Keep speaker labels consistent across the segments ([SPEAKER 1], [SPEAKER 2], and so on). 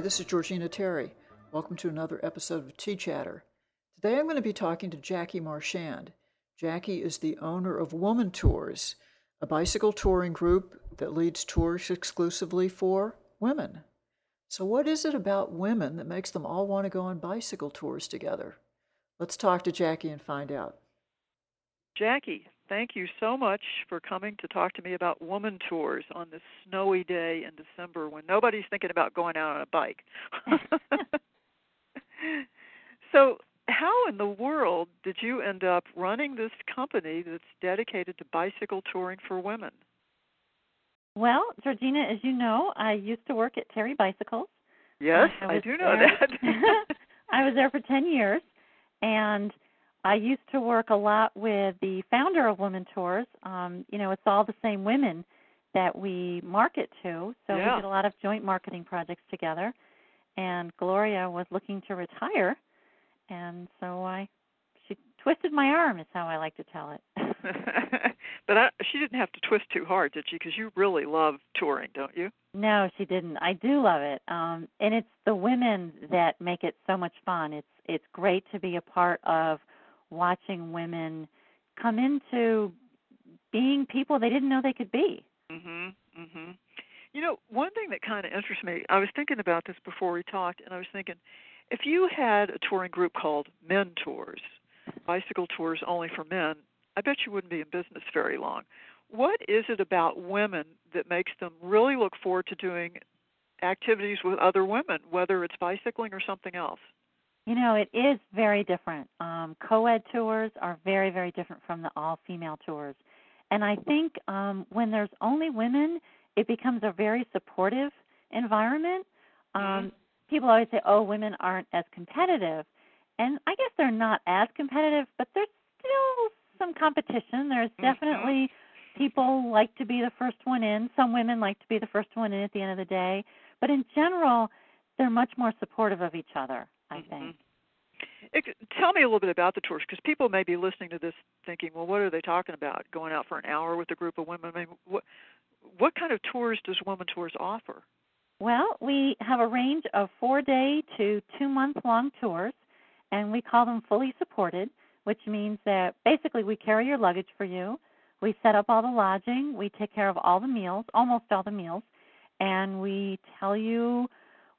[SPEAKER 1] this is Georgina Terry. Welcome to another episode of Tea Chatter. Today I'm going to be talking to Jackie Marchand. Jackie is the owner of Woman Tours, a bicycle touring group that leads tours exclusively for women. So, what is it about women that makes them all want to go on bicycle tours together? Let's talk to Jackie and find out.
[SPEAKER 2] Jackie, thank you so much for coming to talk to me about woman tours on this snowy day in December when nobody's thinking about going out on a bike. so, how in the world did you end up running this company that's dedicated to bicycle touring for women?
[SPEAKER 3] Well, Georgina, as you know, I used to work at Terry Bicycles.
[SPEAKER 2] Yes,
[SPEAKER 3] Uh,
[SPEAKER 2] I,
[SPEAKER 3] was
[SPEAKER 2] do know
[SPEAKER 3] there-
[SPEAKER 2] that.
[SPEAKER 3] I was there for 10 years, and I used to work a lot with the founder of Women Tours. Um, you know, it's all the same women that we market to, so
[SPEAKER 2] Yeah.
[SPEAKER 3] we did a lot of joint marketing projects together. And Gloria was looking to retire, and so I she twisted my arm is how I like to tell it.
[SPEAKER 2] but I, she didn't have to twist too hard, did she? Because you really love touring, don't you?
[SPEAKER 3] No, she didn't. I do love it. Um and it's the women that make it so much fun. It's it's great to be a part of watching women come into being people they didn't know they could be.
[SPEAKER 2] Mhm. Mhm. You know, one thing that kind of interests me. I was thinking about this before we talked, and I was thinking, if you had a touring group called Men Tours, bicycle tours only for men, I bet you wouldn't be in business very long. What is it about women that makes them really look forward to doing activities with other women, whether it's bicycling or something else?
[SPEAKER 3] You know, it is very different. Um, co-ed tours are very, very different from the all-female tours, and I think um, when there's only women, it becomes a very supportive environment. Um,
[SPEAKER 2] Mhm.
[SPEAKER 3] People always say, "Oh, women aren't as competitive," and I guess they're not as competitive, but there's still some competition. There's
[SPEAKER 2] Mhm.
[SPEAKER 3] definitely people like to be the first one in. Some women like to be the first one in at the end of the day, but in general, they're much more supportive of each other. I
[SPEAKER 2] Mhm.
[SPEAKER 3] think.
[SPEAKER 2] Ex- Tell me a little bit about the tours, because people may be listening to this thinking, "Well, what are they talking about? Going out for an hour with a group of women? I mean, what what kind of tours does Women Tours offer?"
[SPEAKER 3] Well, we have a range of four day to two month long tours, and we call them fully supported, which means that basically we carry your luggage for you, we set up all the lodging, we take care of all the meals, almost all the meals, and we tell you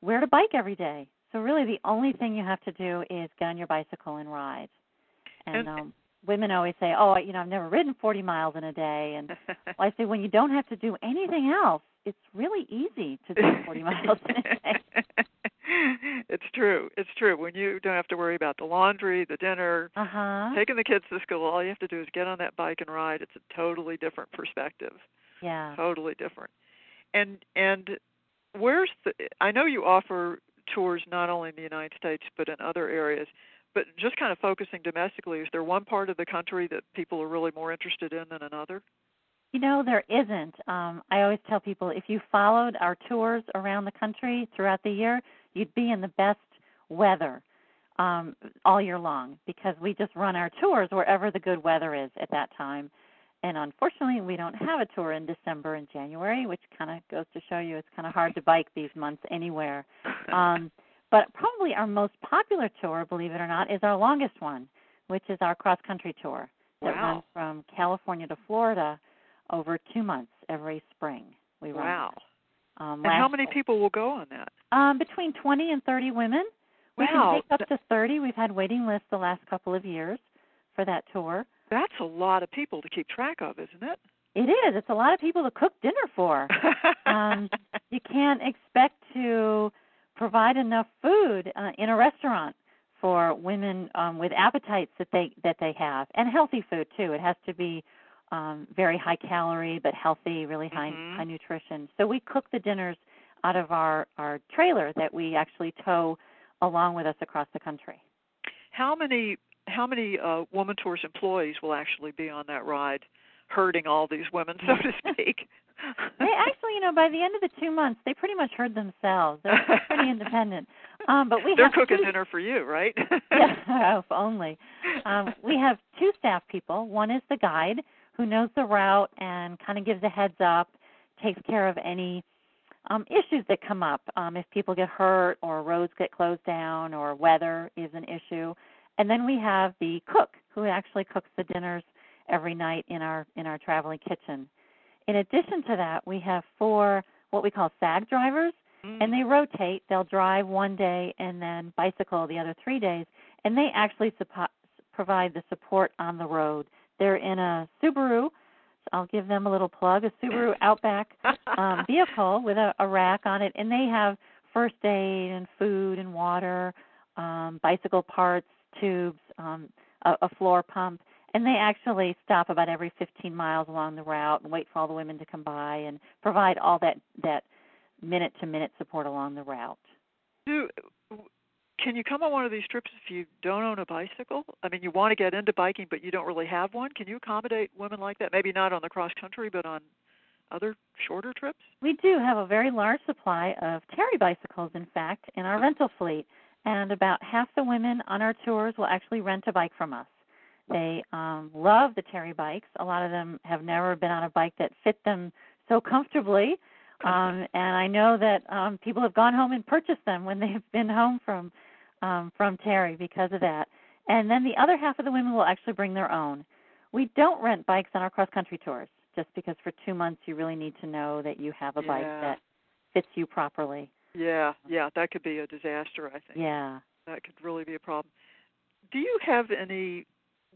[SPEAKER 3] where to bike every day. So, really, the only thing you have to do is get on your bicycle and ride. And,
[SPEAKER 2] And-
[SPEAKER 3] um, women always say, Oh, you know, I've never ridden 40 miles in a day. And well, I say when you don't have to do anything else, it's really easy to do 40 miles in a day.
[SPEAKER 2] it's true. It's true. When you don't have to worry about the laundry, the dinner,
[SPEAKER 3] Uh huh.
[SPEAKER 2] taking the kids to school, all you have to do is get on that bike and ride. It's a totally different perspective.
[SPEAKER 3] Yeah.
[SPEAKER 2] Totally different. And and where's the? I know you offer tours not only in the United States but in other areas. But just kind of focusing domestically, is there one part of the country that people are really more interested in than another?
[SPEAKER 3] You know, there isn't. Um, I always tell people if you followed our tours around the country throughout the year, you'd be in the best weather um, all year long because we just run our tours wherever the good weather is at that time. And unfortunately, we don't have a tour in December and January, which kind of goes to show you it's kind of hard to bike these months anywhere. um, but probably our most popular tour, believe it or not, is our longest one, which is our cross country tour that
[SPEAKER 2] Wow.
[SPEAKER 3] runs from California to Florida over two months every spring. We run.
[SPEAKER 2] wow.
[SPEAKER 3] that. Um,
[SPEAKER 2] And how
[SPEAKER 3] last-
[SPEAKER 2] many people will go on that?
[SPEAKER 3] Um, between 20 and 30 women. We
[SPEAKER 2] Wow.
[SPEAKER 3] can take up to 30. We've had waiting lists the last couple of years for that tour.
[SPEAKER 2] That's a lot of people to keep track of, isn't it?
[SPEAKER 3] It is. It's a lot of people to cook dinner for. Um, you can't expect to provide enough food uh, in a restaurant for women um, with appetites that they that they have, and healthy food too. It has to be um, very high calorie, but healthy, really high
[SPEAKER 2] Mhm.
[SPEAKER 3] high nutrition. So we cook the dinners out of our our trailer that we actually tow along with us across the country.
[SPEAKER 2] how many how many uh, Woman Tours employees will actually be on that ride, herding all these women, so to speak?
[SPEAKER 3] They actually, you know, by the end of the two months, they pretty much heard themselves. They're pretty independent. Um, but we
[SPEAKER 2] They're
[SPEAKER 3] have
[SPEAKER 2] cooking
[SPEAKER 3] two-
[SPEAKER 2] dinner for you, right?
[SPEAKER 3] yeah, if only. Um, we have two staff people. One is the guide who knows the route and kind of gives a heads up, takes care of any um, issues that come up um, if people get hurt or roads get closed down or weather is an issue. And then we have the cook who actually cooks the dinners every night in our in our traveling kitchen. In addition to that, we have four what we call SAG drivers,
[SPEAKER 2] Mm.
[SPEAKER 3] and they rotate. They'll drive one day and then bicycle the other three days, and they actually suppo- provide the support on the road. They're in a Subaru. So I'll give them a little plug. A Subaru Outback um, vehicle with a, a rack on it, and they have first aid and food and water, um, bicycle parts, tubes, um, a, a floor pump, and they actually stop about every 15 miles along the route and wait for all the women to come by and provide all that that minute to minute support along the route.
[SPEAKER 2] Do can you come on one of these trips if you don't own a bicycle? I mean, you want to get into biking, but you don't really have one. Can you accommodate women like that? Maybe not on the cross country, but on other shorter trips.
[SPEAKER 3] We do have a very large supply of Terry bicycles, in fact, in our rental fleet, and about half the women on our tours will actually rent a bike from us. They um, love the Terry bikes. A lot of them have never been on a bike that fit them so comfortably. Um, and I know that um, people have gone home and purchased them when they've been home from um, from Terry because of that. And then the other half of the women will actually bring their own. We don't rent bikes on our cross country tours just because for two months you really need to know that you have a bike
[SPEAKER 2] Yeah.
[SPEAKER 3] that fits you properly.
[SPEAKER 2] Yeah, yeah, that could be a disaster. I think
[SPEAKER 3] Yeah.
[SPEAKER 2] that could really be a problem. Do you have any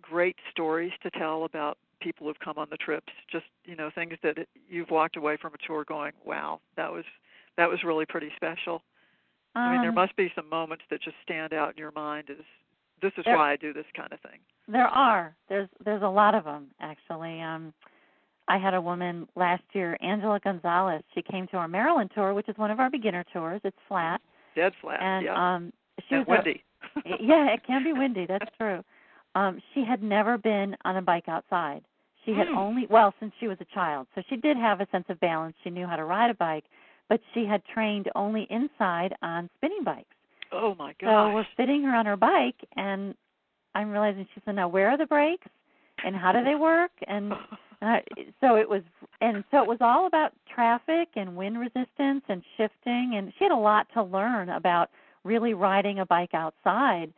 [SPEAKER 2] great stories to tell about people who've come on the trips? Just you know, things that you've walked away from a tour going, "Wow, that was that was really pretty special." I mean, there
[SPEAKER 3] Um,
[SPEAKER 2] must be some moments that just stand out in your mind as this is
[SPEAKER 3] There-
[SPEAKER 2] why I do this kind of thing.
[SPEAKER 3] There are. There's there's a lot of them actually. Um, I had a woman last year, Angela Gonzalez. She came to our Maryland tour, which is one of our beginner tours. It's flat,
[SPEAKER 2] Dead flat.
[SPEAKER 3] and
[SPEAKER 2] yeah.
[SPEAKER 3] um, she
[SPEAKER 2] and
[SPEAKER 3] was a-
[SPEAKER 2] windy.
[SPEAKER 3] yeah, it can be windy. That's true. Um, she had never been on a bike outside. She had
[SPEAKER 2] Hmm.
[SPEAKER 3] only well since she was a child, so she did have a sense of balance. She knew how to ride a bike, but she had trained only inside on spinning bikes.
[SPEAKER 2] oh my
[SPEAKER 3] So
[SPEAKER 2] gosh.
[SPEAKER 3] we're sitting her on her bike, and I'm realizing she said, "Now where are the brakes, and how do they work?" And and I, Uh, so it was, and so it was all about traffic and wind resistance and shifting, and she had a lot to learn about really riding a bike outside.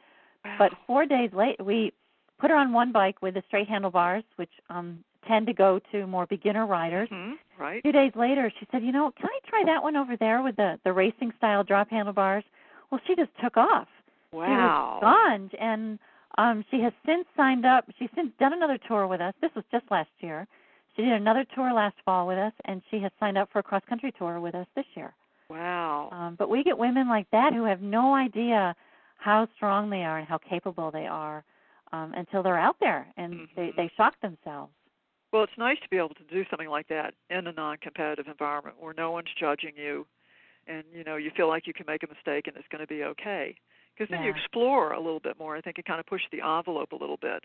[SPEAKER 3] But four days late, we put her on one bike with the straight handlebars, which um tend to go to more beginner riders.
[SPEAKER 2] Mhm, right.
[SPEAKER 3] Two days later, she said, "You know, can I try that one over there with the the racing style drop handlebars?" Well, she just took off.
[SPEAKER 2] Wow.
[SPEAKER 3] She was stunned, and um, she has since signed up. She's since done another tour with us. This was just last year. She did another tour last fall with us, and she has signed up for a cross country tour with us this year.
[SPEAKER 2] Wow.
[SPEAKER 3] Um, but we get women like that who have no idea how strong they are and how capable they are um, until they're out there and they,
[SPEAKER 2] Mhm.
[SPEAKER 3] they shock themselves.
[SPEAKER 2] Well, it's nice to be able to do something like that in a non-competitive environment where no one's judging you, and you know you feel like you can make a mistake and it's going to be okay. Because then you
[SPEAKER 3] Yeah.
[SPEAKER 2] explore a little bit more. I think it kind of pushes the envelope a little bit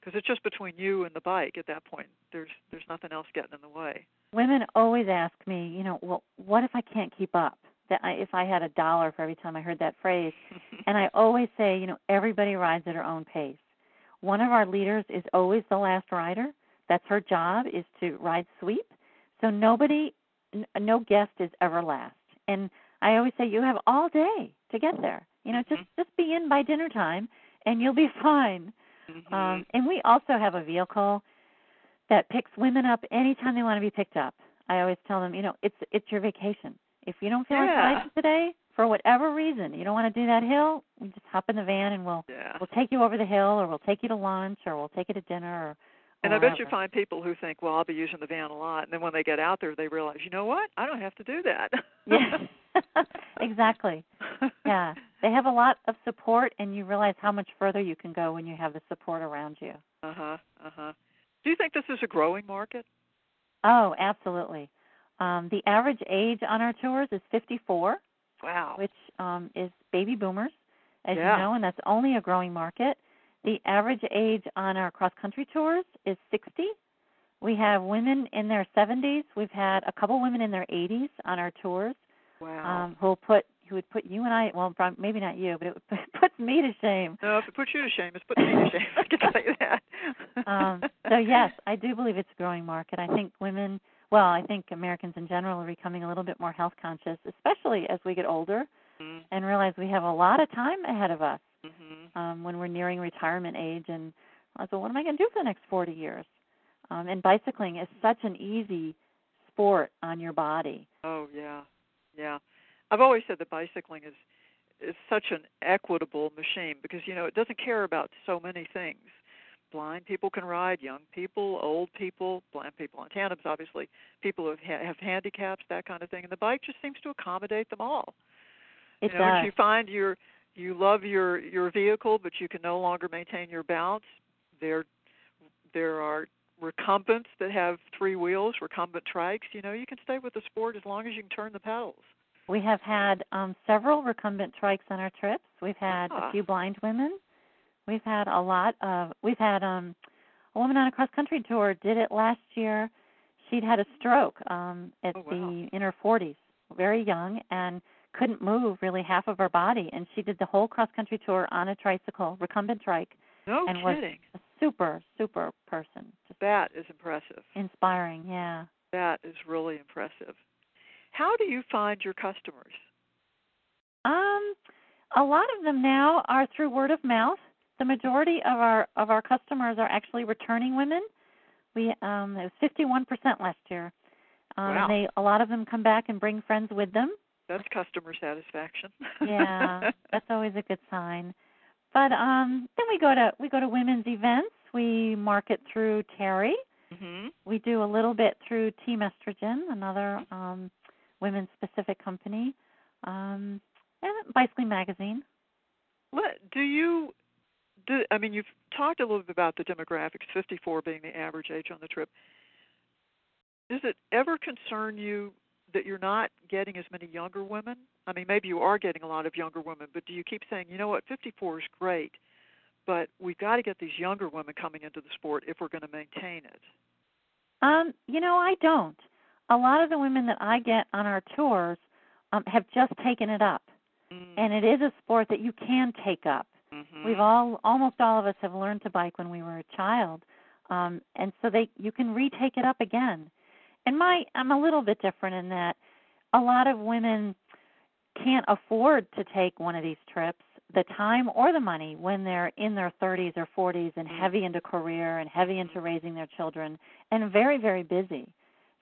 [SPEAKER 2] because it's just between you and the bike at that point. There's there's nothing else getting in the way.
[SPEAKER 3] Women always ask me, you know, well, what if I can't keep up? That I, if I had a dollar for every time I heard that phrase, and I always say, you know, everybody rides at her own pace. One of our leaders is always the last rider. That's her job is to ride sweep. So nobody, n- no guest is ever last. And I always say you have all day to get there. You know, just
[SPEAKER 2] Mhm.
[SPEAKER 3] just be in by dinner time, and you'll be fine.
[SPEAKER 2] Mhm.
[SPEAKER 3] Um, and we also have a vehicle that picks women up anytime they want to be picked up. I always tell them, you know, it's it's your vacation. If you don't feel
[SPEAKER 2] Yeah.
[SPEAKER 3] like riding today, for whatever reason, you don't want to do that hill, we just hop in the van and we'll
[SPEAKER 2] yeah.
[SPEAKER 3] we'll take you over the hill, or we'll take you to lunch, or we'll take you to dinner. Or, or
[SPEAKER 2] And I bet you
[SPEAKER 3] wherever.
[SPEAKER 2] find people who think, well, I'll be using the van a lot. And then when they get out there, they realize, you know what? I don't have to do that.
[SPEAKER 3] Yeah, exactly. Yeah, they have a lot of support, and you realize how much further you can go when you have the support around you.
[SPEAKER 2] Uh huh. Uh huh. Do you think this is a growing market?
[SPEAKER 3] Oh, absolutely. Um, the average age on our tours is 54.
[SPEAKER 2] Wow.
[SPEAKER 3] which um, is baby boomers, as
[SPEAKER 2] Yeah.
[SPEAKER 3] you know, and that's only a growing market. The average age on our cross country tours is 60. We have women in their 70s. We've had a couple women in their 80s on our tours
[SPEAKER 2] Wow.
[SPEAKER 3] um, who will put who would put you and I well prob- maybe not you, but it would puts me to shame.
[SPEAKER 2] no, if it puts you to shame, it's putting me to shame. I can tell you that.
[SPEAKER 3] Um, so yes, I do believe it's a growing market. I think women well, I think Americans in general are becoming a little bit more health conscious, especially as we get older
[SPEAKER 2] Mhm.
[SPEAKER 3] and realize we have a lot of time ahead of us
[SPEAKER 2] Mhm.
[SPEAKER 3] um, when we're nearing retirement age. And I said, what am I going to do for the next 40 years? Um, and bicycling is such an easy sport on your body.
[SPEAKER 2] Oh yeah, yeah. I've always said that bicycling is is such an equitable machine because you know it doesn't care about so many things. Blind people can ride, young people, old people, blind people on tandems, obviously, people who ha- have handicaps, that kind of thing. And the bike just seems to accommodate them all.
[SPEAKER 3] It
[SPEAKER 2] you know, if
[SPEAKER 3] does.
[SPEAKER 2] you find your you love your your vehicle, but you can no longer maintain your balance, there there are recumbents that have three wheels, recumbent trikes. You know, you can stay with the sport as long as you can turn the pedals.
[SPEAKER 3] We have had um, several recumbent trikes on our trips. We've had
[SPEAKER 2] Ah.
[SPEAKER 3] a few blind women. We've had a lot of. We've had um, a woman on a cross country tour did it last year. She'd had a stroke um, at
[SPEAKER 2] Oh, wow.
[SPEAKER 3] the in her 40s, very young, and couldn't move really half of her body. And she did the whole cross country tour on a tricycle, recumbent trike.
[SPEAKER 2] No
[SPEAKER 3] And was-
[SPEAKER 2] kidding.
[SPEAKER 3] A super super person, just
[SPEAKER 2] That is impressive.
[SPEAKER 3] inspiring. Yeah.
[SPEAKER 2] That is really impressive. How do you find your customers?
[SPEAKER 3] Um, a lot of them now are through word of mouth. The majority of our of our customers are actually returning women. We um, it was fifty one percent last year. Um,
[SPEAKER 2] Wow.
[SPEAKER 3] and they a lot of them come back and bring friends with them.
[SPEAKER 2] That's customer satisfaction.
[SPEAKER 3] Yeah, that's always a good sign. But um, then we go to we go to women's events. We market through Terry.
[SPEAKER 2] hmm
[SPEAKER 3] We do a little bit through Team Estrogen, another um, women's specific company, um, and Bicycling Magazine.
[SPEAKER 2] Let, do you do, I mean you've talked a little bit about the demographics, 54 being the average age on the trip. Does it ever concern you that you're not getting as many younger women? I mean, maybe you are getting a lot of younger women, but do you keep saying, you know what, 54 is great, but we've got to get these younger women coming into the sport if we're going to maintain it?
[SPEAKER 3] Um, you know, I don't. A lot of the women that I get on our tours um, have just taken it up,
[SPEAKER 2] Mm.
[SPEAKER 3] and it is a sport that you can take up.
[SPEAKER 2] Mhm.
[SPEAKER 3] We've all, almost all of us, have learned to bike when we were a child, um, and so they you can retake it up again. And my, I'm a little bit different in that a lot of women can't afford to take one of these trips, the time or the money, when they're in their 30s or 40s and
[SPEAKER 2] Mm.
[SPEAKER 3] heavy into career and heavy into raising their children and very, very busy.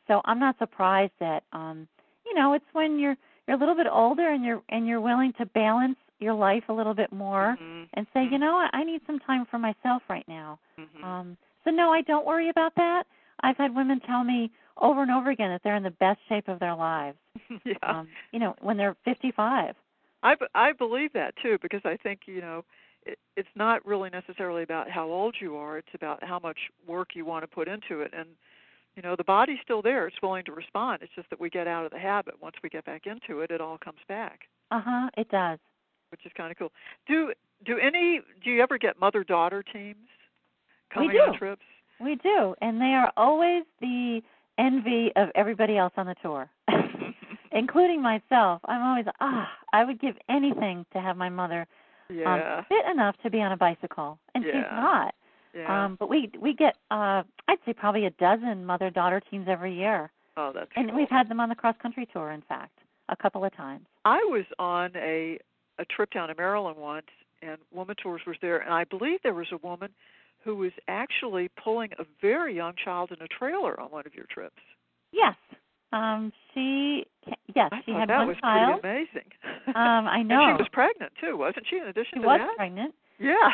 [SPEAKER 3] So I'm not surprised that, um, you know, it's when you're you're a little bit older and you're and you're willing to balance your life a little bit more
[SPEAKER 2] Mhm.
[SPEAKER 3] and say, you know, I I need some time for myself right now.
[SPEAKER 2] Mhm.
[SPEAKER 3] Um, so no, I don't worry about that. I've had women tell me over and over again that they're in the best shape of their lives.
[SPEAKER 2] yeah.
[SPEAKER 3] Um, you know, when they're 55.
[SPEAKER 2] I b- I believe that too because I think you know it, it's not really necessarily about how old you are; it's about how much work you want to put into it. And you know, the body's still there; it's willing to respond. It's just that we get out of the habit. Once we get back into it, it all comes back,
[SPEAKER 3] Uh huh. It does.
[SPEAKER 2] which is kind of cool. Do do any do you ever get mother daughter teams
[SPEAKER 3] We
[SPEAKER 2] coming on
[SPEAKER 3] do.
[SPEAKER 2] trips?
[SPEAKER 3] We do, and they are always the envy of everybody else on the tour, including myself. I'm always ah, I would give anything to have my mother
[SPEAKER 2] yeah,
[SPEAKER 3] um, fit enough to be on a bicycle, and she's
[SPEAKER 2] Yeah.
[SPEAKER 3] not.
[SPEAKER 2] yeah.
[SPEAKER 3] Um, but we we get uh, I'd say probably a dozen mother daughter teams every year,
[SPEAKER 2] oh, that's
[SPEAKER 3] and
[SPEAKER 2] cool.
[SPEAKER 3] we've had them on the cross country tour. In fact, a couple of times.
[SPEAKER 2] I was on a a trip down to Maryland once, and Woman Tours was there, and I believe there was a woman who was actually pulling a very young child in a trailer on one of your trips.
[SPEAKER 3] Yes, um, she yes
[SPEAKER 2] I
[SPEAKER 3] she
[SPEAKER 2] thought
[SPEAKER 3] had
[SPEAKER 2] that
[SPEAKER 3] one
[SPEAKER 2] was
[SPEAKER 3] child.
[SPEAKER 2] pretty amazing.
[SPEAKER 3] Um, I
[SPEAKER 2] And
[SPEAKER 3] know
[SPEAKER 2] she was pregnant too, wasn't she? In addition
[SPEAKER 3] she
[SPEAKER 2] to
[SPEAKER 3] was
[SPEAKER 2] that,
[SPEAKER 3] pregnant.
[SPEAKER 2] yeah.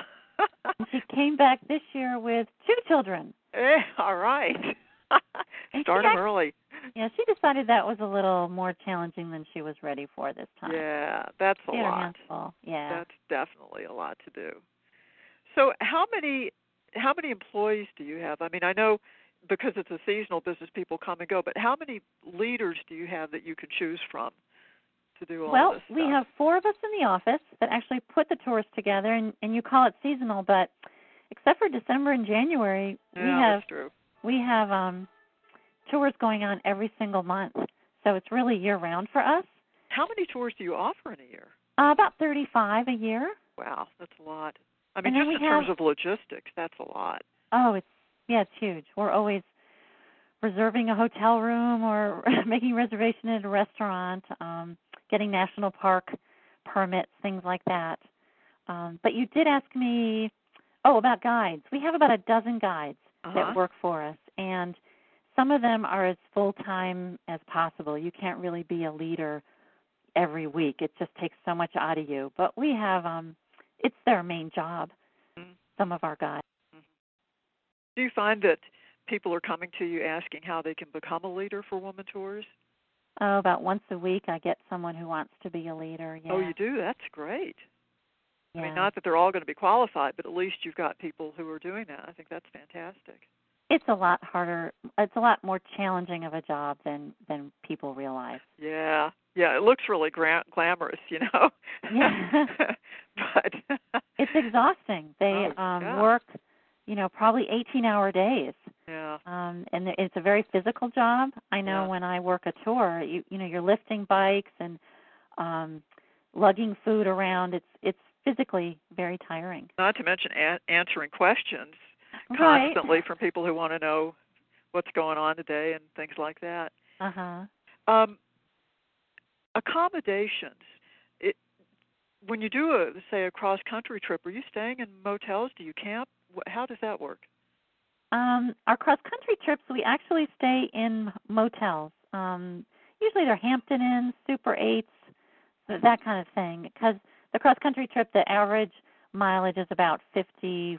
[SPEAKER 3] And she came back this year with two children.
[SPEAKER 2] Eh, all right.
[SPEAKER 3] And
[SPEAKER 2] Start
[SPEAKER 3] she
[SPEAKER 2] them
[SPEAKER 3] act-
[SPEAKER 2] early.
[SPEAKER 3] Yeah, she decided that was a little more challenging than she was ready for this time.
[SPEAKER 2] Yeah, that's a
[SPEAKER 3] She had her
[SPEAKER 2] lot.
[SPEAKER 3] hands full. Yeah.
[SPEAKER 2] That's definitely a lot to do. So how many how many employees do you have? I mean, I know because it's a seasonal business, people come and go, but how many leaders do you have that you can choose from to do all
[SPEAKER 3] well,
[SPEAKER 2] this
[SPEAKER 3] we
[SPEAKER 2] stuff?
[SPEAKER 3] have four of us in the office that actually put the tours together, and, and you call it seasonal, but except for December and January,
[SPEAKER 2] yeah,
[SPEAKER 3] we have
[SPEAKER 2] that's true.
[SPEAKER 3] we have um tours going on every single month, so it's really year round for us.
[SPEAKER 2] How many tours do you offer in a year?
[SPEAKER 3] Uh, about thirty five a year.
[SPEAKER 2] Wow, that's a lot. I mean,
[SPEAKER 3] And then
[SPEAKER 2] just
[SPEAKER 3] we
[SPEAKER 2] in terms
[SPEAKER 3] have-
[SPEAKER 2] of logistics, that's a lot.
[SPEAKER 3] Oh, it's yeah, it's huge. We're always reserving a hotel room or making reservation at a restaurant, um, getting national park permits, things like that. Um, but you did ask me, oh, about guides. We have about a dozen guides
[SPEAKER 2] Uh-huh.
[SPEAKER 3] that work for us, and some of them are as full time as possible. You can't really be a leader every week; it just takes so much out of you. But we have, um, it's their main job.
[SPEAKER 2] Mm.
[SPEAKER 3] Some of our guides.
[SPEAKER 2] Do you find that people are coming to you asking how they can become a leader for Woman Tours?
[SPEAKER 3] Oh, about once a week, I get someone who wants to be a leader. Yeah.
[SPEAKER 2] Oh, you do? That's great.
[SPEAKER 3] Yeah.
[SPEAKER 2] I mean, not that they're all going to be qualified, but at least you've got people who are doing that. I think that's fantastic.
[SPEAKER 3] it's a lot harder it's a lot more challenging of a job than than people realize
[SPEAKER 2] Yeah, yeah, it looks really gra- glamorous, you know.
[SPEAKER 3] Yeah.
[SPEAKER 2] but
[SPEAKER 3] it's exhausting they
[SPEAKER 2] Oh,
[SPEAKER 3] um
[SPEAKER 2] yeah.
[SPEAKER 3] work you know probably 18 hour days
[SPEAKER 2] yeah,
[SPEAKER 3] um and it's a very physical job i know
[SPEAKER 2] Yeah.
[SPEAKER 3] when i work a tour you you know you're lifting bikes and um lugging food around it's it's physically very tiring
[SPEAKER 2] not to mention a- answering questions
[SPEAKER 3] Right.
[SPEAKER 2] constantly from people who want to know what's going on today and things like that.
[SPEAKER 3] uh-huh
[SPEAKER 2] Um, accommodations. It, when you do a say a cross country trip, are you staying in motels? Do you camp? Wh- How does that work?
[SPEAKER 3] Um, our cross country trips, we actually stay in motels. Um, usually they're Hampton Inns, Super Eights, th- that kind of thing. Because the cross country trip, the average mileage is about 55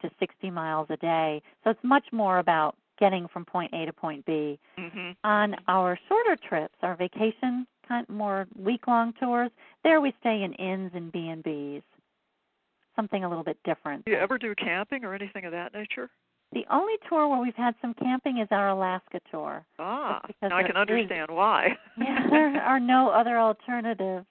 [SPEAKER 3] to 60 miles a day. So it's much more about getting from point A to point B.
[SPEAKER 2] Mm-hmm.
[SPEAKER 3] On our shorter trips, our vacation, kind more week long tours, there we stay in inns and B and B's. Something a little bit different.
[SPEAKER 2] Do you ever do camping or anything of that nature?
[SPEAKER 3] The only tour where we've had some camping is our Alaska tour.
[SPEAKER 2] Ah,
[SPEAKER 3] That's because
[SPEAKER 2] now I
[SPEAKER 3] there
[SPEAKER 2] can
[SPEAKER 3] is-
[SPEAKER 2] understand why.
[SPEAKER 3] Yeah, there are no other alternatives.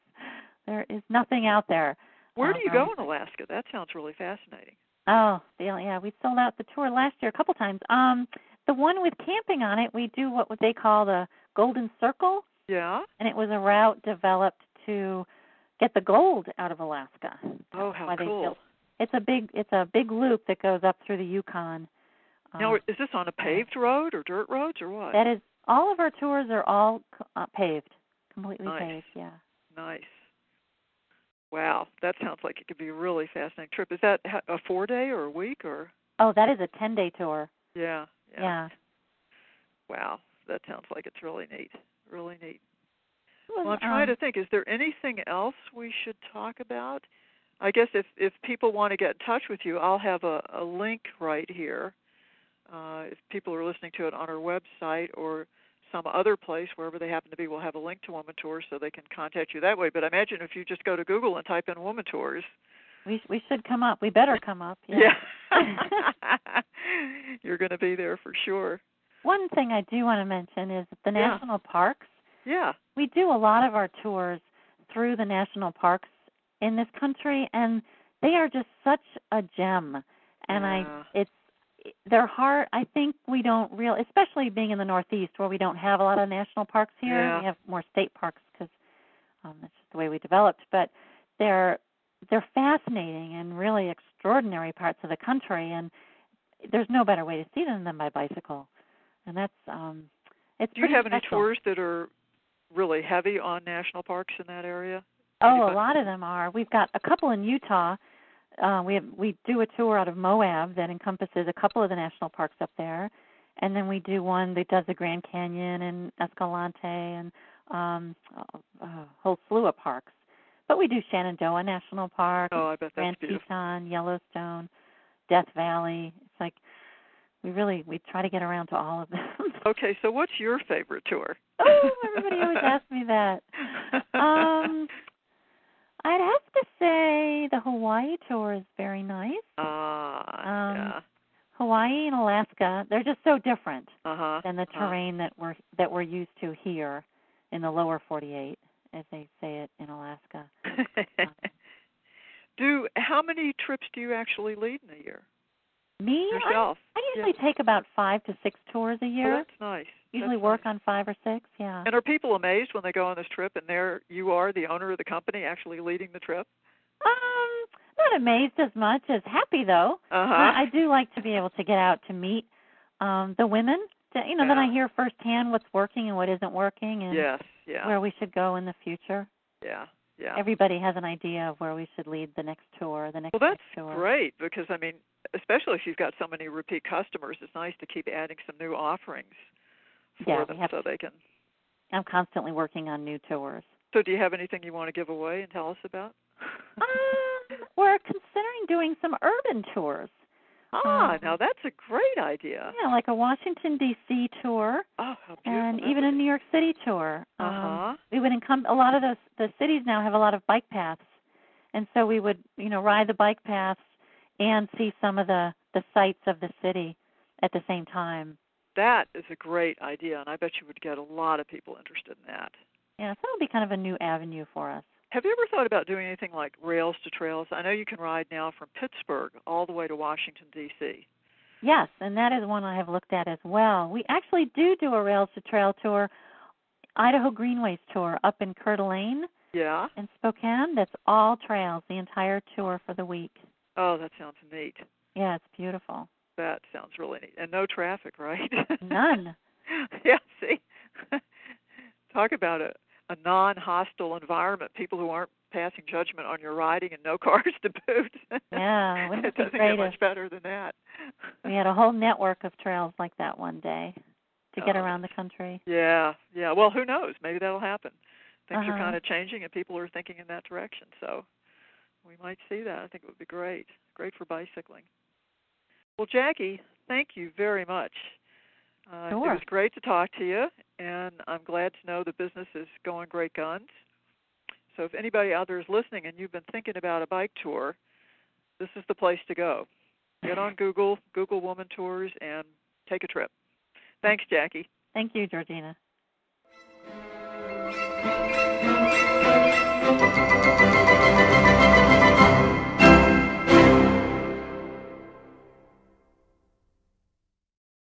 [SPEAKER 3] There is nothing out there.
[SPEAKER 2] Where do you
[SPEAKER 3] Uh-huh.
[SPEAKER 2] go in Alaska? That sounds really fascinating.
[SPEAKER 3] Oh, yeah, yeah, we sold out the tour last year a couple times. Um, the one with camping on it, we do what they call the Golden Circle,
[SPEAKER 2] Yeah.
[SPEAKER 3] and it was a route developed to get the gold out of Alaska.
[SPEAKER 2] Oh,
[SPEAKER 3] That's
[SPEAKER 2] how
[SPEAKER 3] why they
[SPEAKER 2] cool.
[SPEAKER 3] built- It's a big, it's a big loop that goes up through the Yukon. Um,
[SPEAKER 2] Now, is this on a paved road or dirt roads or what?
[SPEAKER 3] That is, all of our tours are all c- uh, paved, completely
[SPEAKER 2] Nice.
[SPEAKER 3] paved. Yeah.
[SPEAKER 2] nice. Wow, that sounds like it could be a really fascinating trip. Is that ha- a four day or a week or?
[SPEAKER 3] Oh, that is a ten-day tour.
[SPEAKER 2] Yeah, yeah.
[SPEAKER 3] Yeah.
[SPEAKER 2] Wow, that sounds like it's really neat. Really neat.
[SPEAKER 3] It was,
[SPEAKER 2] Well, I'm trying
[SPEAKER 3] um,
[SPEAKER 2] to think. Is there anything else we should talk about? I guess if if people want to get in touch with you, I'll have a, a link right here. Uh, if people are listening to it on our website or some other place, wherever they happen to be, we'll have a link to Woman Tours so they can contact you that way. But I imagine if you just go to Google and type in Woman Tours,
[SPEAKER 3] We sh- we should come up. We better come up. Yeah.
[SPEAKER 2] yeah. you're going to be there for sure.
[SPEAKER 3] One thing I do want to mention is that the
[SPEAKER 2] Yeah.
[SPEAKER 3] national parks.
[SPEAKER 2] Yeah.
[SPEAKER 3] We do a lot of our tours through the national parks in this country, and they are just such a gem. And
[SPEAKER 2] Yeah.
[SPEAKER 3] I, it's they're hard. I think we don't real, especially being in the Northeast where we don't have a lot of national parks here.
[SPEAKER 2] Yeah.
[SPEAKER 3] We have more state parks because um, that's just the way we developed. But they're they're fascinating and really extraordinary parts of the country, and there's no better way to see them than by bicycle. And that's um, it's
[SPEAKER 2] Do you
[SPEAKER 3] pretty
[SPEAKER 2] have any
[SPEAKER 3] special.
[SPEAKER 2] tours that are really heavy on national parks in that area?
[SPEAKER 3] Oh, a
[SPEAKER 2] Anybody?
[SPEAKER 3] lot of them are. We've got a couple in Utah. Uh, we have, we do a tour out of Moab that encompasses a couple of the national parks up there, and then we do one that does the Grand Canyon and Escalante and um, a a whole slew of parks. But we do Shenandoah National Park,
[SPEAKER 2] Oh, I bet that's
[SPEAKER 3] Grand
[SPEAKER 2] beautiful.
[SPEAKER 3] Teton, Yellowstone, Death Valley. It's like we really we try to get around to all of them.
[SPEAKER 2] Okay, so what's your favorite tour?
[SPEAKER 3] oh, everybody always asks me that. Um, I'd have to say the Hawaii tour is very nice.
[SPEAKER 2] Oh. Ah,
[SPEAKER 3] um,
[SPEAKER 2] yeah.
[SPEAKER 3] Hawaii and Alaska, they're just so different
[SPEAKER 2] Uh huh.
[SPEAKER 3] than the terrain that we're that we're used to here in the lower 48, as they say it in Alaska.
[SPEAKER 2] do how many trips do you actually lead in a year
[SPEAKER 3] Me, I,
[SPEAKER 2] yourself?
[SPEAKER 3] I usually take about five to six tours a
[SPEAKER 2] Oh,
[SPEAKER 3] year.
[SPEAKER 2] that's nice.
[SPEAKER 3] usually
[SPEAKER 2] That's
[SPEAKER 3] work
[SPEAKER 2] nice.
[SPEAKER 3] on five or six. Yeah.
[SPEAKER 2] And are people amazed when they go on this trip and there you are, the owner of the company, actually leading the trip?
[SPEAKER 3] Um, not amazed as much as happy though.
[SPEAKER 2] Uh huh.
[SPEAKER 3] I, I do like to be able to get out to meet um the women to, you know, then I hear firsthand what's working and what isn't working and
[SPEAKER 2] Yes, yeah.
[SPEAKER 3] where we should go in the future.
[SPEAKER 2] yeah, yeah.
[SPEAKER 3] Everybody has an idea of where we should lead the next tour, the next
[SPEAKER 2] well, that's
[SPEAKER 3] next tour.
[SPEAKER 2] great because I mean, especially if you've got so many repeat customers, it's nice to keep adding some new offerings for
[SPEAKER 3] Yeah, we
[SPEAKER 2] them
[SPEAKER 3] have
[SPEAKER 2] so they can.
[SPEAKER 3] I'm constantly working on new tours.
[SPEAKER 2] So, do you have anything you want to give away and tell us about?
[SPEAKER 3] Um, we're considering doing some urban tours.
[SPEAKER 2] ah,
[SPEAKER 3] um,
[SPEAKER 2] now that's a great idea.
[SPEAKER 3] Yeah, like a Washington D.C. tour
[SPEAKER 2] Oh, how beautiful!
[SPEAKER 3] and even a New York City tour.
[SPEAKER 2] Uh
[SPEAKER 3] Um,
[SPEAKER 2] huh.
[SPEAKER 3] we would encum- a lot of those the cities now have a lot of bike paths and so we would you know ride the bike paths and see some of the the sights of the city at the same time
[SPEAKER 2] That is a great idea, and I bet you would get a lot of people interested in that.
[SPEAKER 3] yeah so it'll be kind of a new avenue for us
[SPEAKER 2] Have you ever thought about doing anything like rails to trails? I know you can ride now from Pittsburgh all the way to Washington D.C.
[SPEAKER 3] yes and that is one i have looked at as well we actually do do a rails to trail tour idaho greenways tour up in Coeur d'Alene
[SPEAKER 2] Yeah.
[SPEAKER 3] in spokane that's all trails the entire tour for the week
[SPEAKER 2] Oh, that sounds neat.
[SPEAKER 3] yeah it's beautiful
[SPEAKER 2] That sounds really neat. And no traffic, right?
[SPEAKER 3] none
[SPEAKER 2] yeah, see? Talk about a, a non hostile environment. People who aren't passing judgment on your riding and no cars to boot.
[SPEAKER 3] Yeah, wouldn't
[SPEAKER 2] it
[SPEAKER 3] it be
[SPEAKER 2] doesn't
[SPEAKER 3] great
[SPEAKER 2] get much
[SPEAKER 3] if-
[SPEAKER 2] better than that.
[SPEAKER 3] We had a whole network of trails like that one day to get
[SPEAKER 2] Oh,
[SPEAKER 3] around the country.
[SPEAKER 2] Yeah, yeah. Well, who knows? Maybe that'll happen. Things are
[SPEAKER 3] Uh-huh.
[SPEAKER 2] kind of changing, and people are thinking in that direction. So we might see that. I think it would be great. Great for bicycling. Well, Jackie, thank you very much. Uh, It
[SPEAKER 3] Sure.
[SPEAKER 2] was great to talk to you, and I'm glad to know the business is going great guns. So if anybody out there is listening and you've been thinking about a bike tour, this is the place to go. Get on Google, Google Woman Tours, and take a trip. Thanks, Jackie.
[SPEAKER 3] Thank you, Georgina.